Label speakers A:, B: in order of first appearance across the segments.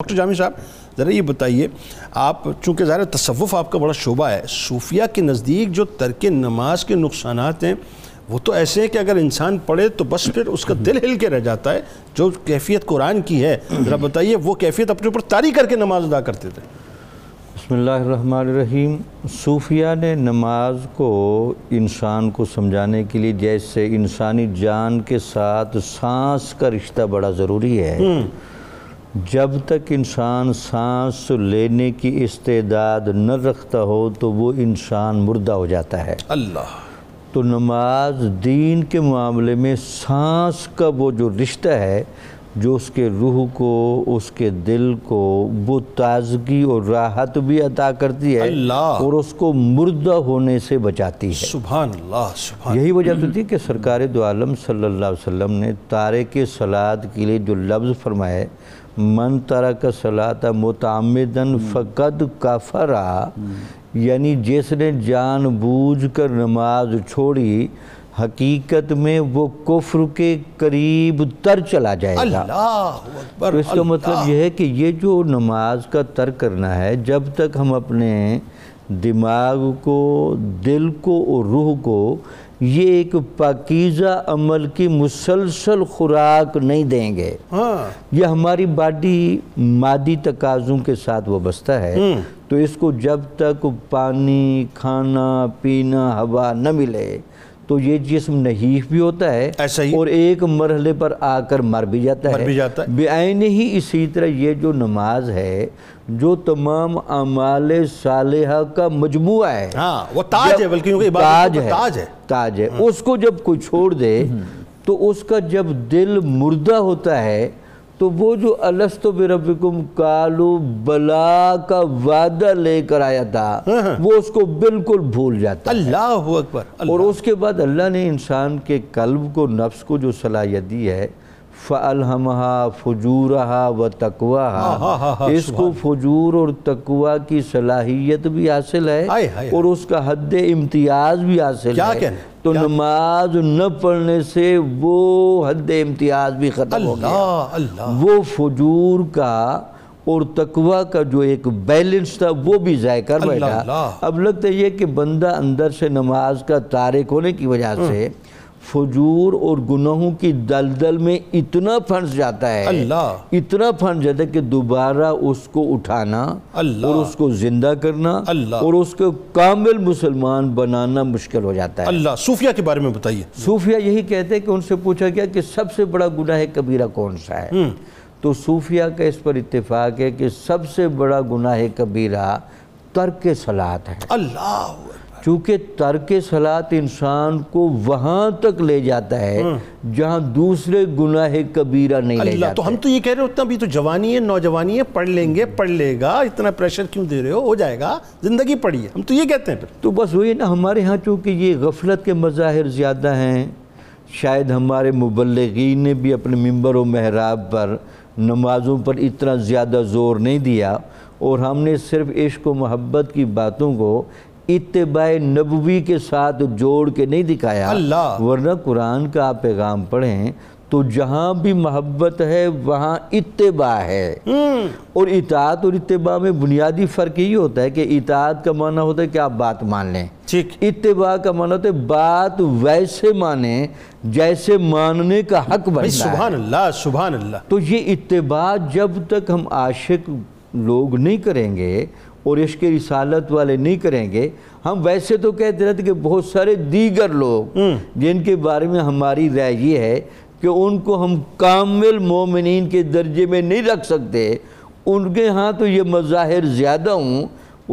A: Doctor جامع صاحب ذرا یہ بتائیے آپ چونکہ ظاہر ہے تصوف آپ کا بڑا شعبہ ہے صوفیہ کے نزدیک جو ترک نماز کے نقصانات ہیں وہ تو ایسے ہیں کہ اگر انسان پڑھے تو بس پھر اس کا دل ہل کے رہ جاتا ہے جو کیفیت قرآن کی ہے ذرا بتائیے وہ کیفیت اپنے اوپر طاری کر کے نماز ادا کرتے تھے
B: بسم اللہ الرحمن الرحیم صوفیہ نے نماز کو انسان کو سمجھانے کے لیے جیسے انسانی جان کے ساتھ سانس کا رشتہ بڑا ضروری ہے جب تک انسان سانس لینے کی استعداد نہ رکھتا ہو تو وہ انسان مردہ ہو جاتا ہے
A: اللہ
B: تو نماز دین کے معاملے میں سانس کا وہ جو رشتہ ہے جو اس کے روح کو اس کے دل کو وہ تازگی اور راحت بھی عطا کرتی ہے
A: اللہ!
B: اور اس کو مردہ ہونے سے بچاتی ہے
A: سبحان اللہ سبحان
B: یہی وجہ تو تھی کہ سرکار دو عالم صلی اللہ علیہ وسلم نے تارے کے سلاد کے لیے جو لفظ فرمائے من تارا کا سلاد متعمدن فقد کافرا یعنی جس نے جان بوجھ کر نماز چھوڑی حقیقت میں وہ کفر کے قریب تر چلا جائے گا
A: اللہ
B: تو
A: اکبر
B: اس کا مطلب یہ ہے کہ یہ جو نماز کا ترک کرنا ہے جب تک ہم اپنے دماغ کو دل کو اور روح کو یہ ایک پاکیزہ عمل کی مسلسل خوراک نہیں دیں گے
A: ہاں
B: یہ ہماری باڈی مادی تقاضوں کے ساتھ وابستہ ہے تو اس کو جب تک پانی کھانا پینا ہوا نہ ملے تو یہ جسم نحیف بھی ہوتا ہے
A: ایسا ہی
B: اور ایک مرحلے پر آ کر مر بھی جاتا
A: مر
B: ہے
A: بھی جاتا ہے۔
B: بےآئین ہی اسی طرح یہ جو نماز ہے جو تمام اعمال صالحہ کا مجموعہ ہے
A: ہاں وہ تاج ہے بلکہ کیونکہ عبادت کا
B: تاج ہے
A: تاج ہے
B: تاج ہے اس کو جب کوئی چھوڑ دے تو اس کا جب دل مردہ ہوتا ہے تو وہ جو السط بربکم کالو بلا کا وعدہ لے کر آیا تھا وہ اس کو بالکل بھول جاتا ہے
A: اللہ اکبر
B: اور اس کے بعد اللہ نے انسان کے قلب کو نفس کو جو صلاحیت دی ہے فَأَلْهَمَهَا فُجُورَهَا
A: ہاں،
B: وَتَقْوَاهَا اس کو فجور اور تقوی کی صلاحیت بھی حاصل
A: ہائے
B: ہے
A: ہائے
B: اور اس کا حد امتیاز بھی حاصل
A: کیا
B: ہے
A: کہنا ہے؟
B: تو نماز نہ پڑھنے سے وہ حد امتیاز بھی ختم ہو گیا
A: اللہ اللہ
B: وہ فجور کا اور تقوی کا جو ایک بیلنس تھا وہ بھی ضائع کر
A: اللہ
B: بیٹھا
A: اللہ۔
B: اب لگتا یہ ہے کہ بندہ اندر سے نماز کا تارک ہونے کی وجہ سے فجور اور گناہوں کی دلدل میں اتنا پھنس جاتا ہے
A: اللہ
B: اتنا پھنس جاتا ہے کہ دوبارہ اس کو اٹھانا
A: اللہ
B: اور اس کو زندہ کرنا
A: اللہ
B: اور اس کو کامل مسلمان بنانا مشکل ہو جاتا ہے
A: اللہ صوفیہ کے بارے میں بتائیے
B: صوفیہ یہی کہتے ہیں کہ ان سے پوچھا گیا کہ سب سے بڑا گناہ کبیرہ کون سا ہے تو صوفیہ کا اس پر اتفاق ہے کہ سب سے بڑا گناہ کبیرہ ترک سلات ہے
A: اللہ
B: چونکہ ترک سلات انسان کو وہاں تک لے جاتا ہے جہاں دوسرے گناہ کبیرہ نہیں لے
A: اللہ
B: جاتا
A: تو ہم تو یہ کہہ رہے ہیں اتنا بھی تو جوانی ہے نوجوانی ہے پڑھ لیں گے پڑھ لے گا اتنا پریشر کیوں دے رہے ہو ہو جائے گا زندگی پڑھی ہے ہم تو یہ کہتے ہیں پھر
B: تو بس وہی نا ہمارے ہاں چونکہ یہ غفلت کے مظاہر زیادہ ہیں شاید ہمارے مبلغین نے بھی اپنے ممبر و محراب پر نمازوں پر اتنا زیادہ زور نہیں دیا اور ہم نے صرف عشق و محبت کی باتوں کو اتباع نبوی کے ساتھ جوڑ کے نہیں دکھایا
A: اللہ!
B: ورنہ قرآن کا آپ پیغام پڑھیں تو جہاں بھی محبت ہے وہاں اتباع ہے اور اطاعت اور اتباع میں بنیادی فرق یہی ہوتا ہے کہ اطاعت کا معنی ہوتا ہے کہ آپ بات مان لیں
A: ٹھیک
B: اتباع کا معنی ہوتا ہے بات ویسے مانیں جیسے ماننے کا حق
A: بھائی
B: بنتا ہے
A: سبحان اللہ سبحان اللہ
B: تو یہ اتباع جب تک ہم عاشق لوگ نہیں کریں گے اور عشق رسالت والے نہیں کریں گے ہم ویسے تو کہتے رہتے کہ بہت سارے دیگر لوگ جن کے بارے میں ہماری رائے یہ ہے کہ ان کو ہم کامل مومنین کے درجے میں نہیں رکھ سکتے ان کے ہاں تو یہ مظاہر زیادہ ہوں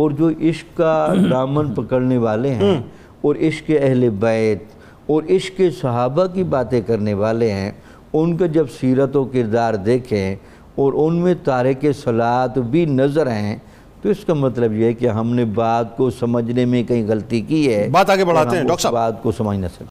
B: اور جو عشق کا دامن پکڑنے والے ہیں اور عشق اہل بیت اور عشق صحابہ کی باتیں کرنے والے ہیں ان کا جب سیرت و کردار دیکھیں اور ان میں تارک سلاد بھی نظر ہیں تو اس کا مطلب یہ ہے کہ ہم نے بات کو سمجھنے میں کہیں غلطی کی ہے
A: بات آگے
B: اور
A: بڑھاتے
B: ہم
A: ہیں، ڈاکٹر
B: اس
A: صاحب۔
B: بات کو سمجھ نہ سکے